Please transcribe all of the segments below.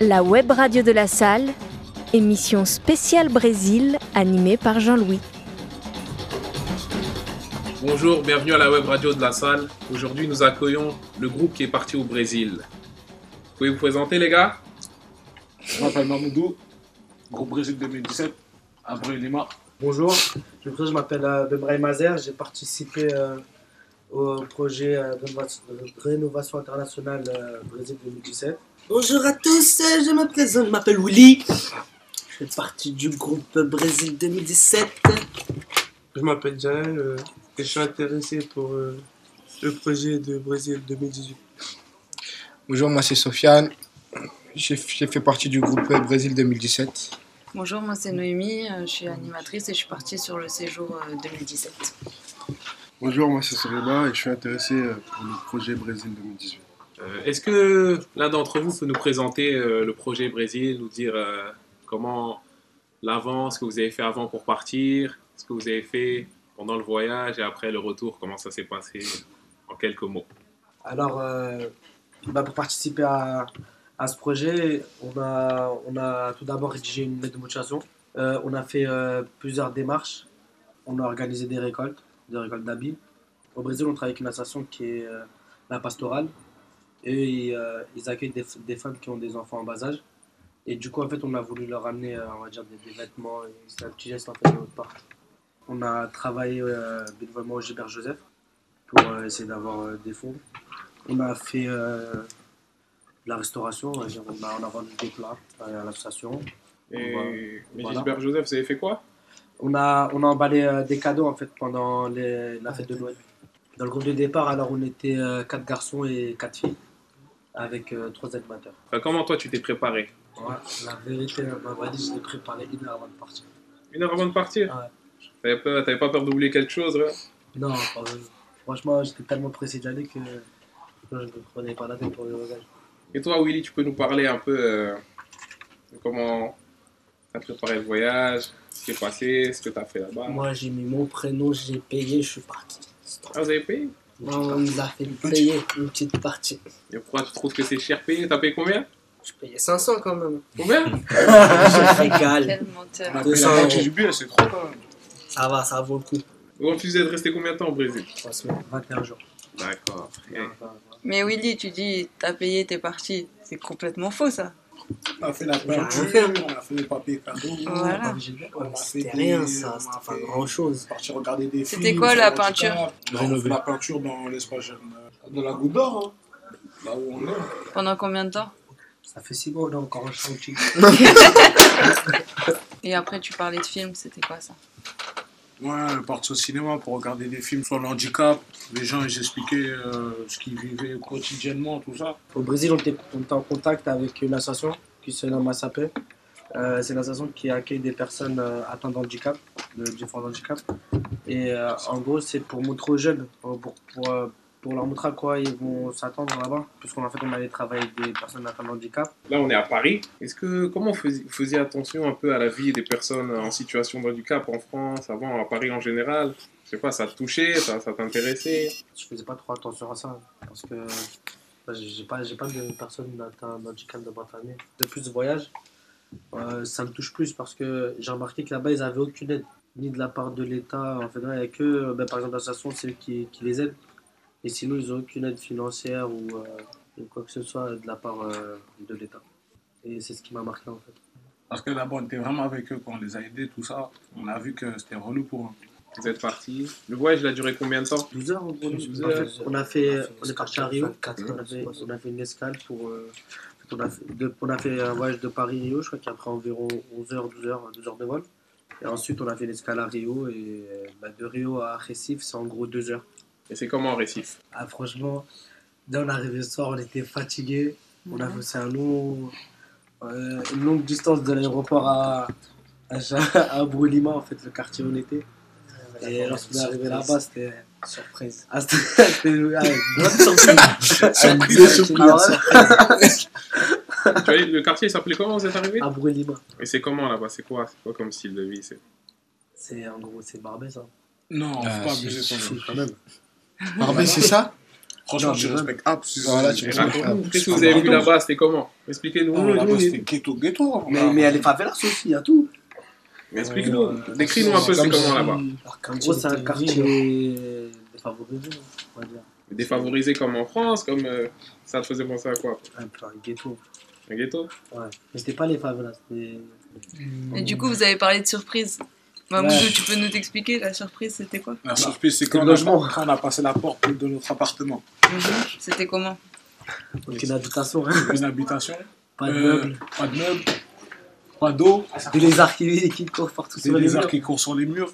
la web radio de la salle, émission spéciale Brésil animée par Jean-Louis. Bonjour, bienvenue à la web radio de la salle. Aujourd'hui, nous accueillons le groupe qui est parti au Brésil. Pouvez vous présenter, les gars Je m'appelle Mamoudou, groupe Brésil 2017, à Lima. Bonjour, je m'appelle euh, Bebraï Mazer, j'ai participé euh, au projet euh, Rénovation- Rénovation Internationale euh, Brésil 2017. Bonjour à tous, euh, je me présente, je m'appelle Willy. Je fais partie du groupe Brésil 2017. Je m'appelle Jaël euh, et je suis intéressé pour euh, le projet de Brésil 2018. Bonjour, moi c'est Sofiane. J'ai j'ai fait partie du groupe euh, Brésil 2017. Bonjour, moi c'est Noémie, euh, je suis animatrice et je suis partie sur le séjour euh, 2017. Bonjour, moi c'est Soreba et je suis intéressé euh, pour le projet Brésil 2018. Euh, Est-ce que l'un d'entre vous peut nous présenter euh, le projet Brésil, nous dire euh, comment l'avance, ce que vous avez fait avant pour partir, ce que vous avez fait pendant le voyage et après le retour, comment ça s'est passé en quelques mots Alors, euh, bah, pour participer à, à ce projet, on a, on a tout d'abord rédigé une lettre de motivation. Euh, on a fait euh, plusieurs démarches. On a organisé des récoltes, des récoltes d'habits. Au Brésil, on travaille avec une association qui est euh, la pastorale. Et ils, euh, ils accueillent des, f- des femmes qui ont des enfants en bas âge. Et du coup, en fait, on a voulu leur amener, euh, on va dire, des, des vêtements. et C'est un petit geste en fait, de notre part. On a travaillé euh, bénévolement au Gilbert Joseph pour euh, essayer d'avoir euh, des fonds. On a fait euh, de la restauration, on va dire, on a, on a vendu des plats euh, à l'association. Et Voilà. mais Voilà. Gilbert Joseph, vous avez fait quoi On a, on a emballé euh, des cadeaux en fait pendant les- la fête de Noël. Dans le groupe de départ, alors on était euh, quatre garçons et quatre filles, avec euh, trois animateurs. Enfin, Comment toi tu t'es préparé Ouais, la vérité, ma valise, je l'ai préparée une heure avant de partir. Une heure avant de partir Ouais. T'avais pas, t'avais pas peur d'oublier quelque chose là Non, pas vraiment. franchement, j'étais tellement pressé d'y aller que je ne me prenais pas la tête pour le voyage. Et toi, Willy, tu peux nous parler un peu euh, de comment tu as préparé le voyage, ce qui est passé, ce que tu as fait là-bas Moi j'ai mis mon prénom, j'ai payé, je suis parti. Ah, vous avez payé Non, on nous a fait payer une petite partie. Et pourquoi tu trouves que c'est cher payé T'as payé combien Je payais 500 quand même. Combien Ah, Je régale. Quel menteur. On a payé 200 Ah, la moitié euros. du billet, c'est trop hein. quand même. Ça va, ça vaut le coup. Vous refusez de rester combien de temps au Brésil Trois semaines. 21 jours. Ah, D'accord. Enfin, Mais Willy, tu dis t'as payé, t'es parti. C'est complètement faux ça. On a fait la J'ai rien peinture, fait. on a fait les papiers cadeaux. Voilà. bah, on a fait des- C'était rien ça, c'était on a pas fait- grand chose. on est parti regarder des C'était films. quoi, sur la le peinture Titan. On a Ah, fait la peinture dans l'espace jeune. euh, Dans la goutte d'or, hein. là où on est. Pendant combien de temps Ça fait six mois, on est encore en chantier. Et après tu parlais de films, c'était quoi ça Ouais, partir au cinéma pour regarder des films sur le handicap. Les gens, ils expliquaient euh, ce qu'ils vivaient quotidiennement, tout ça. Au Brésil, on était, on était en contact avec une association qui se nomme Massapé. Euh, c'est une association qui accueille des personnes euh, atteintes d'handicap, de différents handicaps. Et euh, en gros, c'est pour montrer aux jeunes, euh, pour, pour, euh, pour leur montrer à quoi ils vont s'attendre là-bas. Puisqu'en fait, on allait travailler avec des personnes atteintes d'handicap. Là, on est à Paris. Est-ce que comment vous faisiez, vous faisiez attention un peu à la vie des personnes en situation de handicap en France, avant à Paris en général Je sais pas, ça te touchait, ça, ça t'intéressait Je faisais pas trop attention à ça, parce que bah, j'ai pas, j'ai pas de personnes atteintes d'handicap dans ma famille. De plus, ce voyage, euh, ça me touche plus parce que j'ai remarqué que là-bas, ils n'avaient aucune aide. ni de la part de l'État. En fait, il n'y a que, euh, ben, par exemple, l'association, c'est eux qui, qui les aident. Et sinon, ils n'ont aucune aide financière ou, euh, ou quoi que ce soit de la part euh, de l'État. Et c'est ce qui m'a marqué, en fait. Parce que d'abord, on était vraiment avec eux quand on les a aidés, tout ça. On a vu que c'était relou pour eux. Vous êtes parti. Le voyage, il a duré combien de temps 12 heures, en gros. Douze En fait, heures. on, a fait, on est parti à Rio. 24 On a fait, on a fait une escale pour... euh, en fait, on, a fait, de- on a fait un voyage de Paris-Rio, je crois qu'il y a après environ 11h, 12h, 2 heures de vol. Et ensuite, on a fait une escale à Rio. Et euh, ben, de Rio à Recife, c'est en gros 2 heures. Et c'est comment en Récif Ah, franchement, dès on est arrivé le soir, on était fatigué. On a fait un long, euh, une longue distance de l'aéroport à, à, Ja- à Brulima, en fait, le quartier où on était. Et lorsqu'on est arrivé là-bas, c'était. surprise. Ah, c'était. c'était- ah, une bonne surprise. Tu vois, le quartier, il s'appelait comment Vous êtes arrivé À Brulima. Et c'est comment là-bas C'est quoi C'est quoi comme style de vie c'est- C'est hein. en gros, c'est barbé ça. Non, faut Ah, pas si, abuser si, sur si. nous. Quand même. Barbé, c'est ça Ah, Franchement, Non, tu mais respectes App. si- Voilà, tu si- Et respectes. raconte-nous, Qu'est-ce que vous avez vu là-bas Ah, C'était comment Expliquez-nous. Non, là-bas, c'était ghetto, ghetto. hein. Mais, mais elle est favelas aussi, il y a tout. Explique-nous. Décris-nous un peu c'est comment là-bas. En gros, c'est un quartier défavorisé, on va dire. Défavorisé comme en France, comme euh, ça te faisait penser à quoi Un peu un ghetto. Un ghetto Ouais. Mais c'était pas les favelas, c'était. Et du coup, vous avez parlé de surprise. Mamoudou, Ouais. tu peux nous t'expliquer la surprise, c'était quoi La surprise, c'est quand le on a- logement. quand on a passé la porte de notre appartement. Mhm. C'était comment Aucune habitation, hein. Une habitation, Pas de Euh, meubles. pas de meubles, pas d'eau, Des lézards qui, qui courent partout des sur les lézards murs. qui courent sur les murs,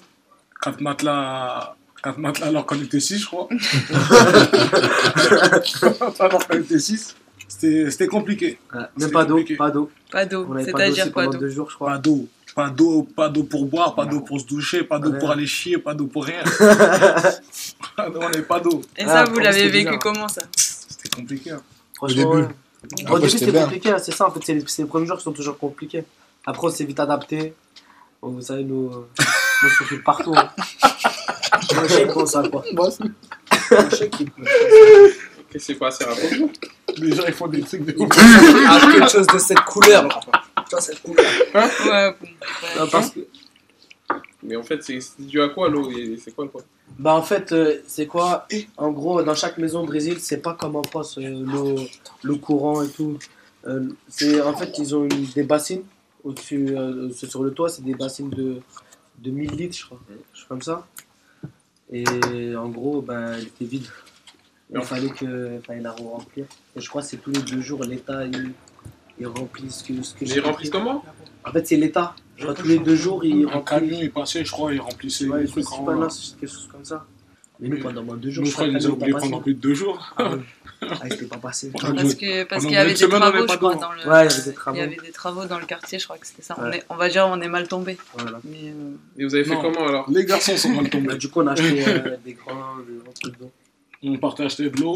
quatre matelas, quatre matelas alors qu'on était six, je crois. alors qu'on était six, c'était c'était compliqué. Ouais. C'est Même pas d'eau, compliqué. pas d'eau. Pas On d'eau, avait pas d'eau aussi c'est-à-dire quoi pendant d'eau deux jours, je crois. Pas d'eau, pas d'eau, pas d'eau pour boire, pas d'eau pour se doucher, pas d'eau Ouais. pour aller chier, pas d'eau pour rien. on n'avait pas d'eau, Et Ah, ça, pour vous moi, l'avez c'était vécu bizarre. comment ça c'était compliqué. hein. Franchement, début. ouais. Ah, Au Après, début, c'était c'était bien. compliqué, hein, c'est ça, en fait, c'est les, c'est les premiers jours qui sont toujours compliqués. Après, on s'est vite adapté. Bon, vous savez, nous, euh, nous, on s'occupe partout. hein. Moi, je sais pas ça, quoi. Qu'est-ce qui s'est passé raconte Les gens ils font des trucs de ouf. Ah, quelque chose de cette couleur là. Tu vois, cette couleur. Ouais, bon, Euh, ouais. parce que- Mais en fait, c'est c'est dû à quoi l'eau Et C'est quoi le problème bah, en fait, euh, c'est quoi En gros, dans chaque maison au Brésil, c'est pas comme en France, euh, l'eau le courant et tout. Euh, c'est en fait ils ont une- des bassines au-dessus euh, c'est sur le toit, c'est des bassines de de 1000 litres, je crois, je suis comme ça. Et en gros, ben, elle était vide. Il Non. fallait que fallait la remplir. Et je crois que c'est tous les deux jours l'État il, il remplit ce que ce que J'ai rempli comment En fait, c'est l'État. Je crois que tous les deux jours il Un remplit. camion il passait, je crois, il remplissait Ouais, je les sais trucs en pas, haut. là. non, c'est quelque chose comme ça. Mais nous, Mais- pendant moins de deux jours, Nous, je crois chaque qu'ils année, ont on t'a oublié passé. pendant plus de deux jours. Ah, ouais. Ah, il était pas passé. Ah, Parce que- parce Pendant qu'il y avait une des semaine, on travaux, avait je pas crois, d'eau. dans le. Ouais, il y avait des travaux. Il y avait des travaux dans le quartier, je crois que c'était ça. On, Ouais. est- on va dire, on est mal tombé. Voilà. Mais euh, Et vous avez fait Non. comment alors Les garçons sont mal Bah, tombés. du coup, on a acheté euh, des grands, des grands trucs d'eau. On partait acheter de l'eau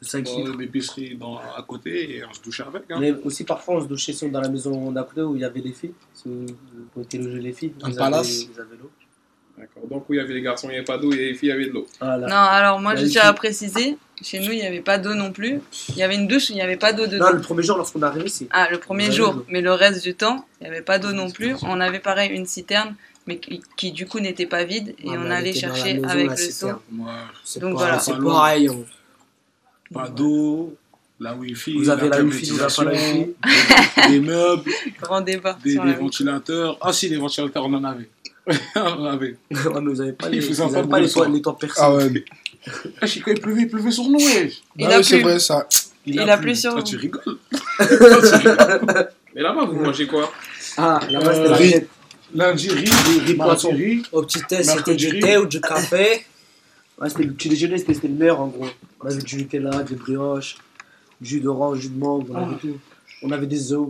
De 5 litres. dans l'épicerie dans- à côté et on se douchait avec. hein. Mais aussi, parfois, on se douchait sur- dans la maison d'à côté où il y avait les filles. parce que euh, Où étaient logées les filles. Un Ils avaient- palace. Ils avaient l'eau. D'accord. Donc, où il y avait les garçons, il n'y avait pas d'eau, et les filles, il y avait de l'eau. Voilà. Non, alors moi, Là, j'ai ici. déjà précisé, chez nous, il n'y avait pas d'eau non plus. Il y avait une douche, il n'y avait pas d'eau Non, dedans. le premier jour, lorsqu'on est arrivé, c'est. Ah, le premier Vous avez jour, l'eau. mais le reste du temps, il n'y avait pas d'eau non plus. On avait pareil une citerne, mais qui, qui, du coup n'était pas vide, Ah, et Ouais, mais on elle allait était dans la chercher maison, avec là, le c'est seau. ferme. Moi, C'est Donc pas- voilà. C'est pareil. hein. pas d'eau, la wifi, Vous avez la wifi, vous avez climatisation, pas la wifi. des meubles, Grand débat des, sur des la ventilateurs. Ah si, les ventilateurs, on en avait. on en avait. ouais, mais vous avez pas les, Il faut vous savoir avez pas les, le soir. toits, les toits percés. Ah ouais. Ah, Chico, il pleuvait, il pleuvait sur nous, eh. wesh. Il Bah a oui, c'est plu. vrai, ça. Il a plu sur Ah, vous. tu rigoles. Mais là-bas, vous mangez quoi Ah, là-bas, c'était Euh, la riz. tête. Lundi, riz, riz, riz, poisson. mardi, riz. Au petit thé, c'était Mercredi. du thé ou du café. Ouais, c'était le petit déjeuner, c'était c'était le meilleur en gros. On avait du Nutella, des brioches, du jus d'orange, jus de mangue, on Ah. avait tout. On avait des œufs.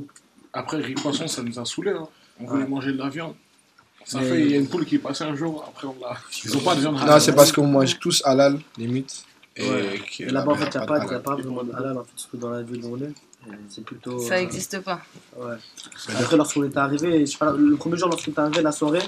Après, riz poisson, ça nous a saoulés. hein. On voulait Ouais. manger de la viande. Ça Mais- fait, il y a une poule qui est passée un jour, après on l'a... Ils ont pas de viande. Non, c'est parce qu'on mange tous halal, limite. Ouais. qu'il Et y a là-bas, en fait, il n'y a, de pas- y a halal. pas vraiment de halal, en fait, surtout dans la ville où on est. C'est plutôt. Ça euh, n'existe pas. Ouais. C'est-à-dire- Après, lorsqu'on était arrivé, je sais pas, le premier jour, lorsqu'on était arrivé la soirée,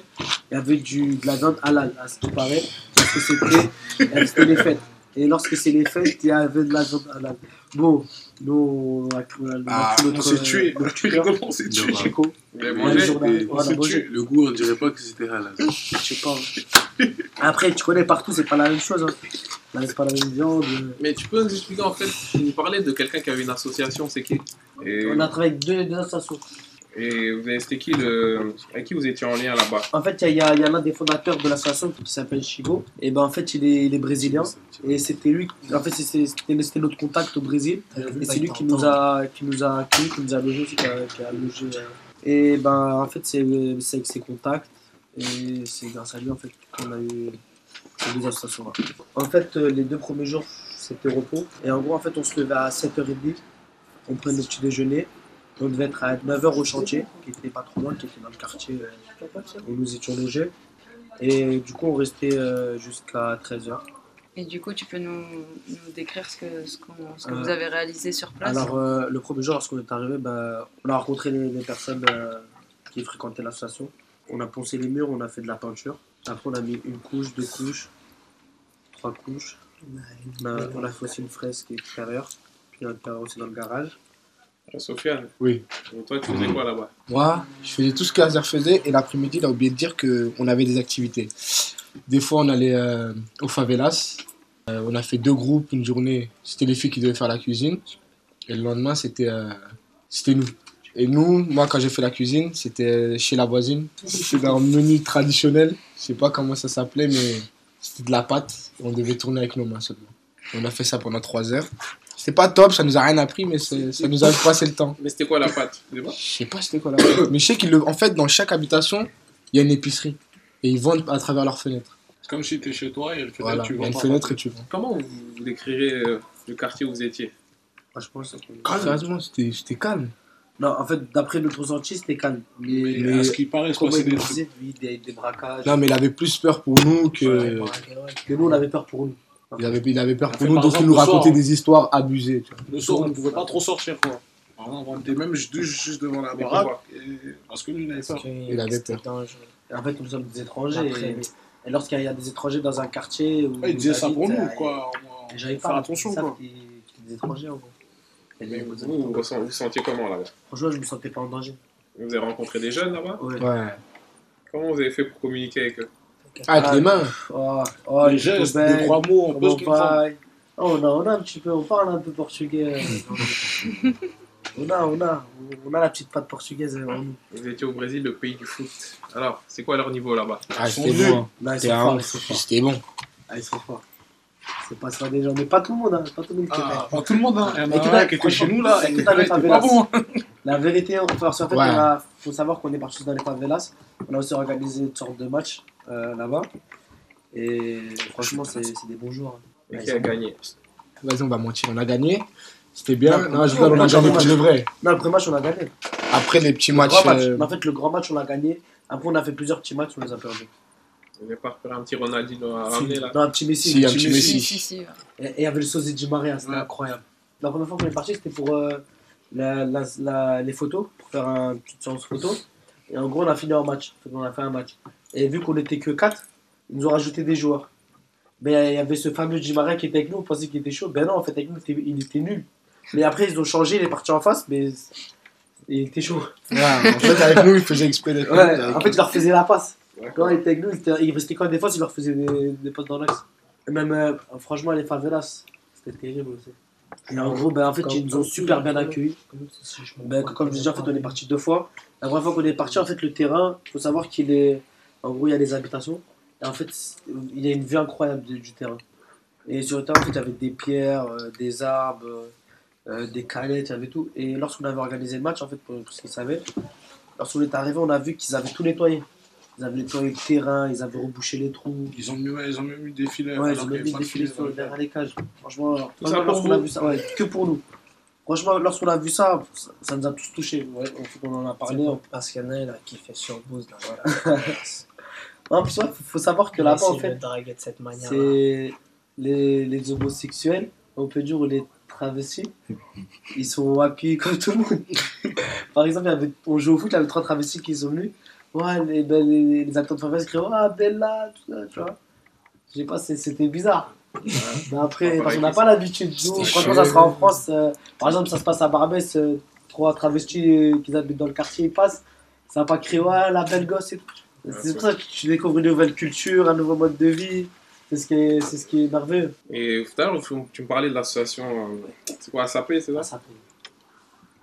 il y avait du, de la viande halal, à ce qui paraît, parce que c'était euh, c'était les fêtes. Et lorsque c'est les fêtes, il y avait de la viande halal. Bon, nous, on a cru- on a Ah, cru On s'est tué. notre Tu rigoles, on s'est tué. Non, bah, Chico, Vous avez Ouais, le mangé jour d'arrivée, on on a s'est mangé. tué. Le goût, on dirait pas que c'était halal. Je sais pas. hein. Après, tu connais partout, c'est pas la même chose. Hein. Là, c'est pas la même viande. Mais tu peux nous expliquer en fait, tu nous parlais de quelqu'un qui avait une association, c'est qui et, On a travaillé avec deux, deux associations. et vous avez- c'était qui le. Avec qui vous étiez en lien là-bas En fait, il y a, il y a- il y a l'un des fondateurs de l'association qui s'appelle Chigo. Et ben, en fait, il est, il est brésilien. Et c'était lui, en fait, c'est- c'est- c'était c'était notre contact au Brésil. Et c'est lui qui nous a, qui nous a accueillis, qui nous a logés, qui a, qui a logé. euh. Et ben, en fait, c'est c'est avec ses contacts. Et c'est grâce à lui, en fait, qu'on a eu ces deux associations-là. En fait, euh, les deux premiers jours, c'était repos. Et en gros, en fait, on se levait à 7h30. On prenait le petit déjeuner. On devait être à 9h au chantier, qui était pas trop loin, qui était dans le quartier euh, où nous étions logés. Et du coup, on restait euh, jusqu'à 13h. Et du coup, tu peux nous, nous décrire ce que, ce qu'on- ce que Euh, vous avez réalisé sur place Alors, euh, le premier jour, lorsqu'on est arrivé, bah, on a rencontré les, les personnes euh, qui fréquentaient l'association. On a poncé les murs, on a fait de la peinture. Après, on a mis une couche, deux couches, trois couches. On a, on a fait aussi une fresque extérieure, puis on a aussi dans le garage. Euh, Sofiane, Oui. donc toi, tu faisais quoi là-bas Moi, je faisais tout ce que Hazard faisait et l'après-midi, il a oublié de dire qu'on avait des activités. Des fois, on allait euh, aux favelas. Euh, on a fait deux groupes une journée. C'était les filles qui devaient faire la cuisine. Et le lendemain, c'était euh, c'était nous. Et nous, moi, quand j'ai fait la cuisine, c'était chez la voisine. C'était un menu traditionnel. Je sais pas comment ça s'appelait, mais c'était de la pâte. On devait tourner avec nos mains seulement. On a fait ça pendant trois heures. C'était pas top, ça nous a rien appris, mais c'est- ça nous a passé le temps. Mais c'était quoi la pâte Tu sais pas Je sais pas c'était quoi là. Mais je sais qu'en fait, dans chaque habitation, il y a une épicerie. Et ils vendent à travers leurs fenêtres. C'est comme si t'es chez toi et une fenêtre, Voilà, tu il y vois a une pas. fenêtre et tu vends. Comment vous, vous décrirez euh, le quartier où vous étiez Franchement, c'est- Sérieusement, c'était c'était calme. Non, en fait, d'après notre ressenti, c'était calme. Mais, Mais à ce qui paraît, il se comment passait ils des nous trucs. disaient, oui, des, des braquages. Non, mais il avait plus peur pour nous que. Mais nous, on avait peur pour nous. Il avait, il avait peur Ça pour fait nous, par donc il exemple nous le soir, racontait hein. des histoires abusées. tu vois. Le soir, on ne pouvait pas trop sortir, quoi. Par exemple, on était même juste, juste devant la baraque et- parce que lui, il avait peur. Il avait peur. Et en fait, nous sommes des étrangers. Après, et et lorsqu'il y a des étrangers dans un quartier. Où Ouais, il disait ça pour habitent, nous, euh, quoi. et J'avais Faut pas faire attention, ils savent quoi. qu'ils- qu'ils étaient des étrangers, en gros. Et Mais les- vous, vous, vous sent- vous sentiez comment là-bas Franchement, je me sentais pas en danger. Vous avez rencontré des jeunes là-bas Ouais. Ouais. Comment vous avez fait pour communiquer avec eux Ah, avec les mains. Oh, oh, les il est trop gestes, belle, les trois mots, on peut comment ce qu'il faut. va Oh, on, a, on a un petit peu, on parle un peu portugais. euh, on a, on a, on a la petite patte portugaise euh, en nous. Vous étiez au Brésil, le pays du foot. Alors, c'est quoi leur niveau là-bas Ah, sont c'était nuls. bon. hein. Là, ils sont C'était un forts, ils ouf. sont forts. C'était bon. Ah, ils sont forts. C'est pas ça des gens, mais pas tout le monde, hein, pas tout le monde qui est Ah, prêt. pas tout le monde, hein. Il y Et en tout a un à- qui était chez nous, là, et tout qui à l'heure, était t'avais pas la- bon. La vérité, on- enfin, en fait, Ouais. on a- faut savoir qu'on est parti dans les favelas. On a aussi organisé une sorte de match euh, là-bas. Et franchement, c'est c'est des bons hein. jours. Et qui a gagné Vas-y, on va mentir. On a gagné. C'était bien. Non, Non, je rigole, on non, a gagné non, pour de vrai. Non, le premier match, on a gagné. Après les petits Le matchs. grand match. euh, Mais En fait, le grand match, on l'a gagné. Après, on a fait plusieurs petits matchs, on les a perdus. Vous n'avez pas repéré un petit Ronaldinho à ramener Ah, là Dans un petit Messi. Si, il y a un petit petit Messi. Si, Messi. si, si, ouais. Et et il y avait le sosie de Maria, c'était Ouais. incroyable. La première fois qu'on est parti, c'était pour euh, la- la- la- les photos, pour faire une petite séance photo. Et en gros, on a fini en match. On a fait un match. Et vu qu'on était que 4, ils nous ont rajouté des joueurs. Mais il y avait ce fameux Jimaria qui était avec nous, on pensait qu'il était chaud. Ben non, en fait, avec nous, il était- il était nul. Mais après, ils ont changé, il est parti en face, mais il était chaud. ouais, en fait, avec nous, il faisait exprès d'être Ouais, avec- en fait, il leur faisait la passe. Quand D'accord. il était avec nous, il, était- il restait quand des fois, il leur faisait des, des passes dans l'axe. Et Même, euh, franchement, les favelas, c'était terrible aussi. Et en gros, ben, en fait, ils nous ont super bien accueillis. Ben, comme je disais, en fait, on est parti deux fois. La première fois qu'on est parti, en fait, le terrain, faut savoir qu'il est. En gros, il y a des habitations. Et en fait, c'est- il y a une vue incroyable du, du terrain. Et sur le terrain, en fait, il y avait des pierres, euh, des arbres, euh, euh, des canettes, il y avait tout. Et lorsqu'on avait organisé le match, en fait, pour, pour ce qu'ils savaient, lorsqu'on est arrivé, on a vu qu'ils avaient tout nettoyé. Ils avaient nettoyé le terrain, ils avaient rebouché les trous. Ils ont mis, ouais, ils ont même mis des filets. Ouais, ils ont alors qu'il y même avait mis pas des de filets filets sur, dans les derrière les cages. Franchement, ça franchement, pour lorsqu'on a vous. vu ça, ouais, que pour nous. Franchement, lorsqu'on a vu ça, ça, ça nous a tous touchés. Ouais, on, fait qu'on en a parlé. on- Parce qu'il y en a un là qui fait surbose dans la En plus, il faut savoir que Il là-bas, essaie en de fait, draguer de cette manière. c'est les, les homosexuels, on peut dire, ou les travestis, ils sont accueillis comme tout le monde. Par exemple, il y avait- on joue au foot, il y avait trois travestis qui sont venus. Ouais, les, ben, les, les acteurs de Favela criaient Ah, Bella, tout ça, tu vois. Je sais pas, c'est- c'était bizarre. Mais après, parce qu'on n'a pas l'habitude. Nous, franchement, ça sera en France. euh, par exemple, ça se passe à Barbès, euh, trois travestis euh, qui habitent dans le quartier, ils passent. Ça va pas crier Ouais, la belle gosse et tout. C'est pour ça que tu découvres une nouvelle culture, un nouveau mode de vie. C'est ce qui est, c'est ce qui est merveilleux. Et tout à l'heure, tu- tu me parlais de l'association, euh, c'est quoi, SAP, c'est ça Ça,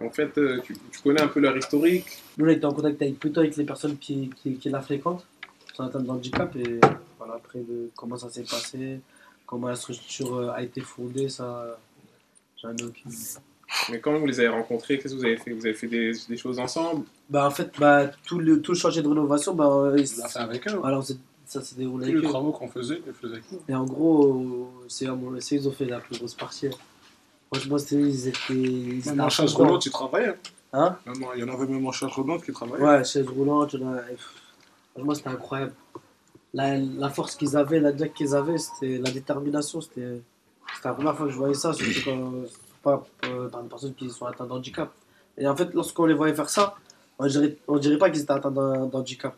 En fait, euh, tu, tu connais un peu leur historique. Nous, on a été en contact avec, plutôt avec les personnes qui, qui, qui la fréquentent, qui sont atteintes de handicap, et voilà, après, de comment ça s'est passé, comment la structure euh, a été fondée, ça, j'en ai aucune idée. Mais comment vous les avez rencontrés Qu'est-ce que vous avez fait Vous avez fait des, des choses ensemble Bah, en fait, bah, tout le, tout le chantier de rénovation, bah, euh, filets. Il a fait avec eux. voilà, on s'est- ça s'est déroulé Tous avec les eux. travaux qu'on faisait, ils les faisaient avec nous. Et en gros, euh, c'est à mon- c'est eux qui ont fait la plus grosse partie. hein. Franchement, c'était- ils étaient. Ils étaient Même à en chasse fond, hein. roulante, ils travaillaient. Hein Même en- Il y en avait même en chasse roulante qui travaillaient. Ouais, chaise roulante, on a- franchement c'était incroyable. La, la force qu'ils avaient, la diac qu'ils avaient, c'était la détermination, c'était c'était la première fois que je voyais ça, surtout quand, pas euh, par des personnes qui sont atteintes d'handicap. Et en fait, lorsqu'on les voyait faire ça, on dirait, on dirait pas qu'ils étaient atteints d'un- d'handicap.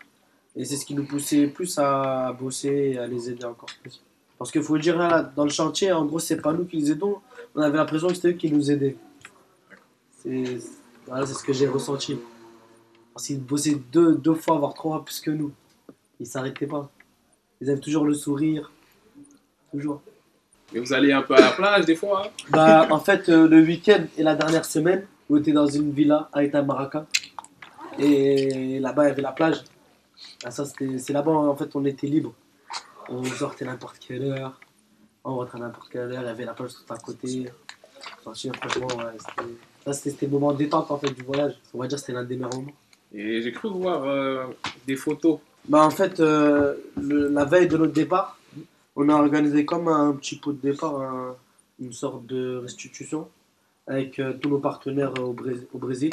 Et c'est ce qui nous poussait plus à bosser et à les aider encore plus. Enfin, Parce qu'il faut le dire là, là, dans le chantier, en gros, c'est pas nous qui les aidons. On avait l'impression que c'était eux qui nous aidaient. C'est voilà, c'est ce que j'ai ressenti. Parce qu'ils bossaient deux, deux fois, voire trois fois plus que nous. Ils s'arrêtaient pas. Ils avaient toujours le sourire. Toujours. Mais vous allez un peu à la plage des fois. hein Bah, en fait, euh, le week-end et la dernière semaine, on était dans une villa à Itamaraca. Et là-bas, il y avait la plage. Ah, ça, c'était- c'est là-bas, en fait, on était libre. On sortait n'importe quelle heure. On rentrait à n'importe quelle heure. Il y avait la plage tout à côté. Franchement, franchement, ouais, c'était- ça, c'était c'était le moment de détente, en fait, du voyage. On va dire que c'était l'un des meilleurs moments. Et j'ai cru voir euh, des photos. Bah en fait, euh, le- la veille de notre départ, on a organisé comme un petit pot de départ, un- une sorte de restitution avec euh, tous nos partenaires au, Bré- au Brésil,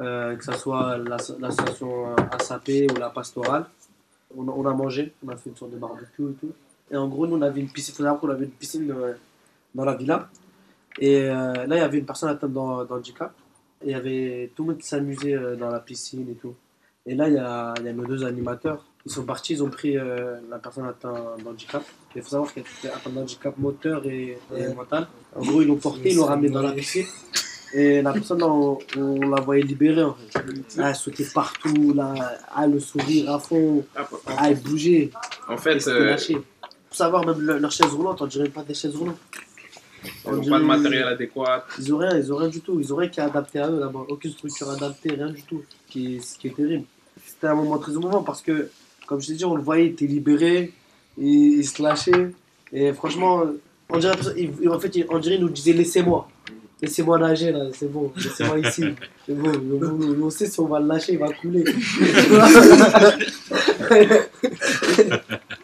euh, que ce soit l'ass- l'association euh, ASAP ou la pastorale. On, a- on a mangé, on a fait une sorte de barbecue et tout. Et en gros, nous, on avait une piscine, faut savoir qu'on avait une piscine euh, dans la villa. Et euh, là, il y avait une personne atteinte dans, dans le handicap. Et il y avait tout le monde qui s'amusait euh, dans la piscine et tout. Et là, il y a, il y a nos deux animateurs. Ils sont partis, ils ont pris euh, la personne atteinte d'handicap. Il faut savoir qu'elle était atteinte d'handicap moteur et, et mental. En gros, ils l'ont porté, ils l'ont ramené dans la piscine. Et la personne, on, on la voyait libérée en fait. Là, elle sautait partout, là, ah, le sourire à fond, Ah, ah, elle bougeait, En elle fait, s'était euh, lâchée. Pour savoir, même le- leurs chaises roulantes, on dirait pas des chaises roulantes. ils n'ont pas de matériel adéquat. Ils ont rien, ils ont rien du tout. Ils ont rien qui est adapté à eux là-bas. Aucune structure adaptée, rien du tout. Ce qui est, ce qui est terrible. C'était un moment très émouvant parce que, comme je t'ai dit, on le voyait, il était libéré, il, il se lâchait. Et franchement, on dirait, il- il- en fait, il- on dirait il nous disait laissez-moi. Laissez-moi nager là, c'est bon, laissez-moi ici. C'est bon, on, on- on sait si on va le lâcher, il va couler.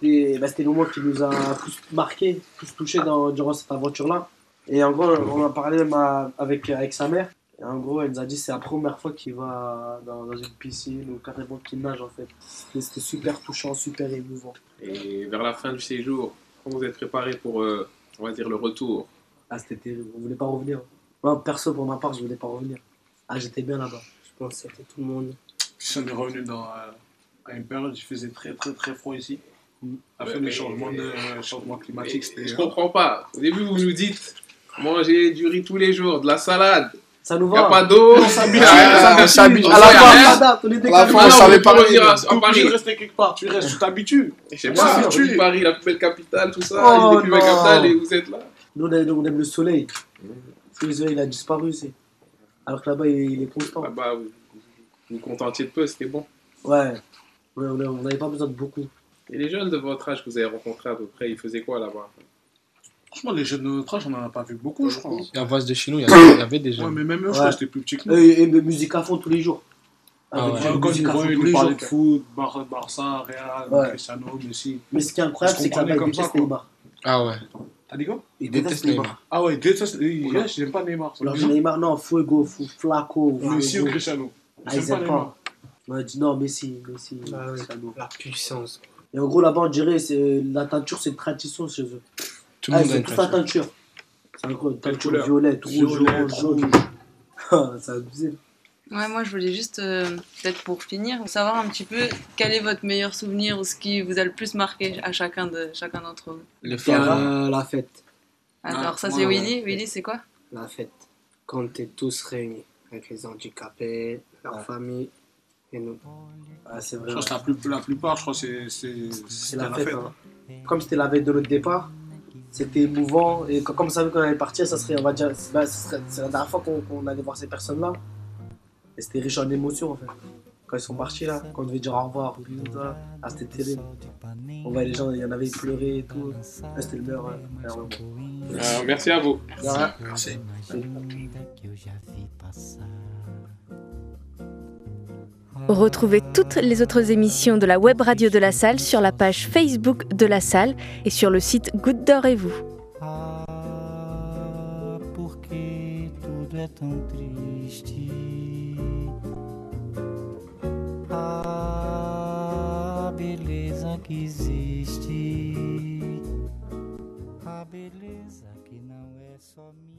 Et bah, c'était le moment qui nous a plus marqué, plus touché dans, durant cette aventure-là. Et en gros, on en parlait même à- avec, avec sa mère. Et en gros, elle nous a dit c'est la première fois qu'il va dans, dans une piscine ou carrément qu'il nage en fait. C'était- C'était super touchant, super émouvant. Et vers la fin du séjour, comment vous êtes préparé pour, euh, on va dire, le retour Ah, c'était terrible, on voulait pas revenir. Moi, perso, pour ma part, je voulais pas revenir. Ah, j'étais bien là-bas. Je pense que c'était tout le monde. Puis on est revenu dans, euh, à une période où il faisait très très très froid ici. Après Ouais, le mais- changement, de, euh, changement Mais climatique, c'était. euh, Je comprends pas. Au début, vous nous dites manger du riz tous les jours, de la salade, Ça nous il n'y a va. pas d'eau. Ah, on s'habille. On À la fait fin, rien. Madame, on était à la calme. fin, on Maintenant, savait on peut pas. revenir à, à Paris. Tu restes quelque part, tu restes, tu t'habitues. Je sais on pas, s'habitue. on dit Paris, la plus belle capitale, tout ça, Oh, une des plus belles non. capitales, et vous êtes là. Nous, on aime, on aime le soleil. Parce que le soleil, il a disparu, c'est. Alors que là-bas, il, il est constant. Là-bas, Ah bah, vous vous vous contentiez de peu, c'était bon. Ouais. Ouais, on a- on n'avait pas besoin de beaucoup. Et les jeunes de votre âge que vous avez rencontrés à peu près, ils faisaient quoi là-bas Franchement, les jeunes de notre âge, on en a pas vu beaucoup, je crois. Ouais, La vase de chez nous, il y avait- il y avait des jeunes. mais même eux, je Ouais. crois que c'était plus petit que nous. Et, Euh, et musique à fond tous les jours. Ah ouais. du Ouais, Quand ils musique à fond voyaient, tous les ils nous jours. parlaient de foot, Bar- Barça, Real, Ouais. Cristiano, Messi. Mais ce qui est incroyable, Parce c'est qu'on que là-bas, connaît ils comme ça, détestent quoi. Neymar. Ah ouais. T'as dit quoi Ils Déteste détestent Neymar. Neymar. Ah ouais, déteste. ils- ils- J'aime pas Neymar. Alors, j'ai Neymar, non, Fuego, Fou- Flaco, Fuego. Messi ou Cristiano Ah, J'aime ils pas aiment Neymar. pas. On a dit non, Messi, Messi, Ah ouais. Cristiano. La puissance. Et en gros, là-bas, on dirait c'est- la teinture, c'est une tradition chez eux. Tout le Ah, monde a c'est une toute la tête. teinture. C'est incroyable, Quelle teinture couleur violette, rouge, Violet, orange, jaune. Ah, C'est abusé. Ouais, moi je voulais juste, euh, peut-être pour finir, savoir un petit peu quel est votre meilleur souvenir ou ce qui vous a le plus marqué à chacun de chacun d'entre vous. Les Il y femmes. a la fête. Alors Ah, ça moi, c'est ouais. Willy. Willy c'est quoi La fête. Quand t'es tous réunis avec les handicapés, leur Ouais. famille et nous. Ah, c'est Je vrai. ouais. crois que la, plus- la plupart, je crois, c'est c'est- C'est c'était la fête. hein. Comme c'était la veille de notre départ, c'était émouvant. Et co- comme on savait qu'on allait partir, ça serait, on va dire, c'est la- ce serait- c'est la dernière fois qu'on qu'on allait voir ces personnes-là. Et c'était riche en émotions en fait. Quand ils sont partis là, quand on devait dire au revoir, bisous, tout ça. ah, c'était terrible. On voyait les gens, il y en avait qui pleuraient et tout. Ah, c'était le meilleur. ouais, meilleur moment. Euh, Merci à vous. De rien. Merci. Retrouvez toutes les autres émissions de la web radio de la salle sur la page Facebook de la salle et sur le site Goutte d'Or et vous. Ah, porque tudo é tão triste. Ah, beleza que existe. A beleza que não é só minha.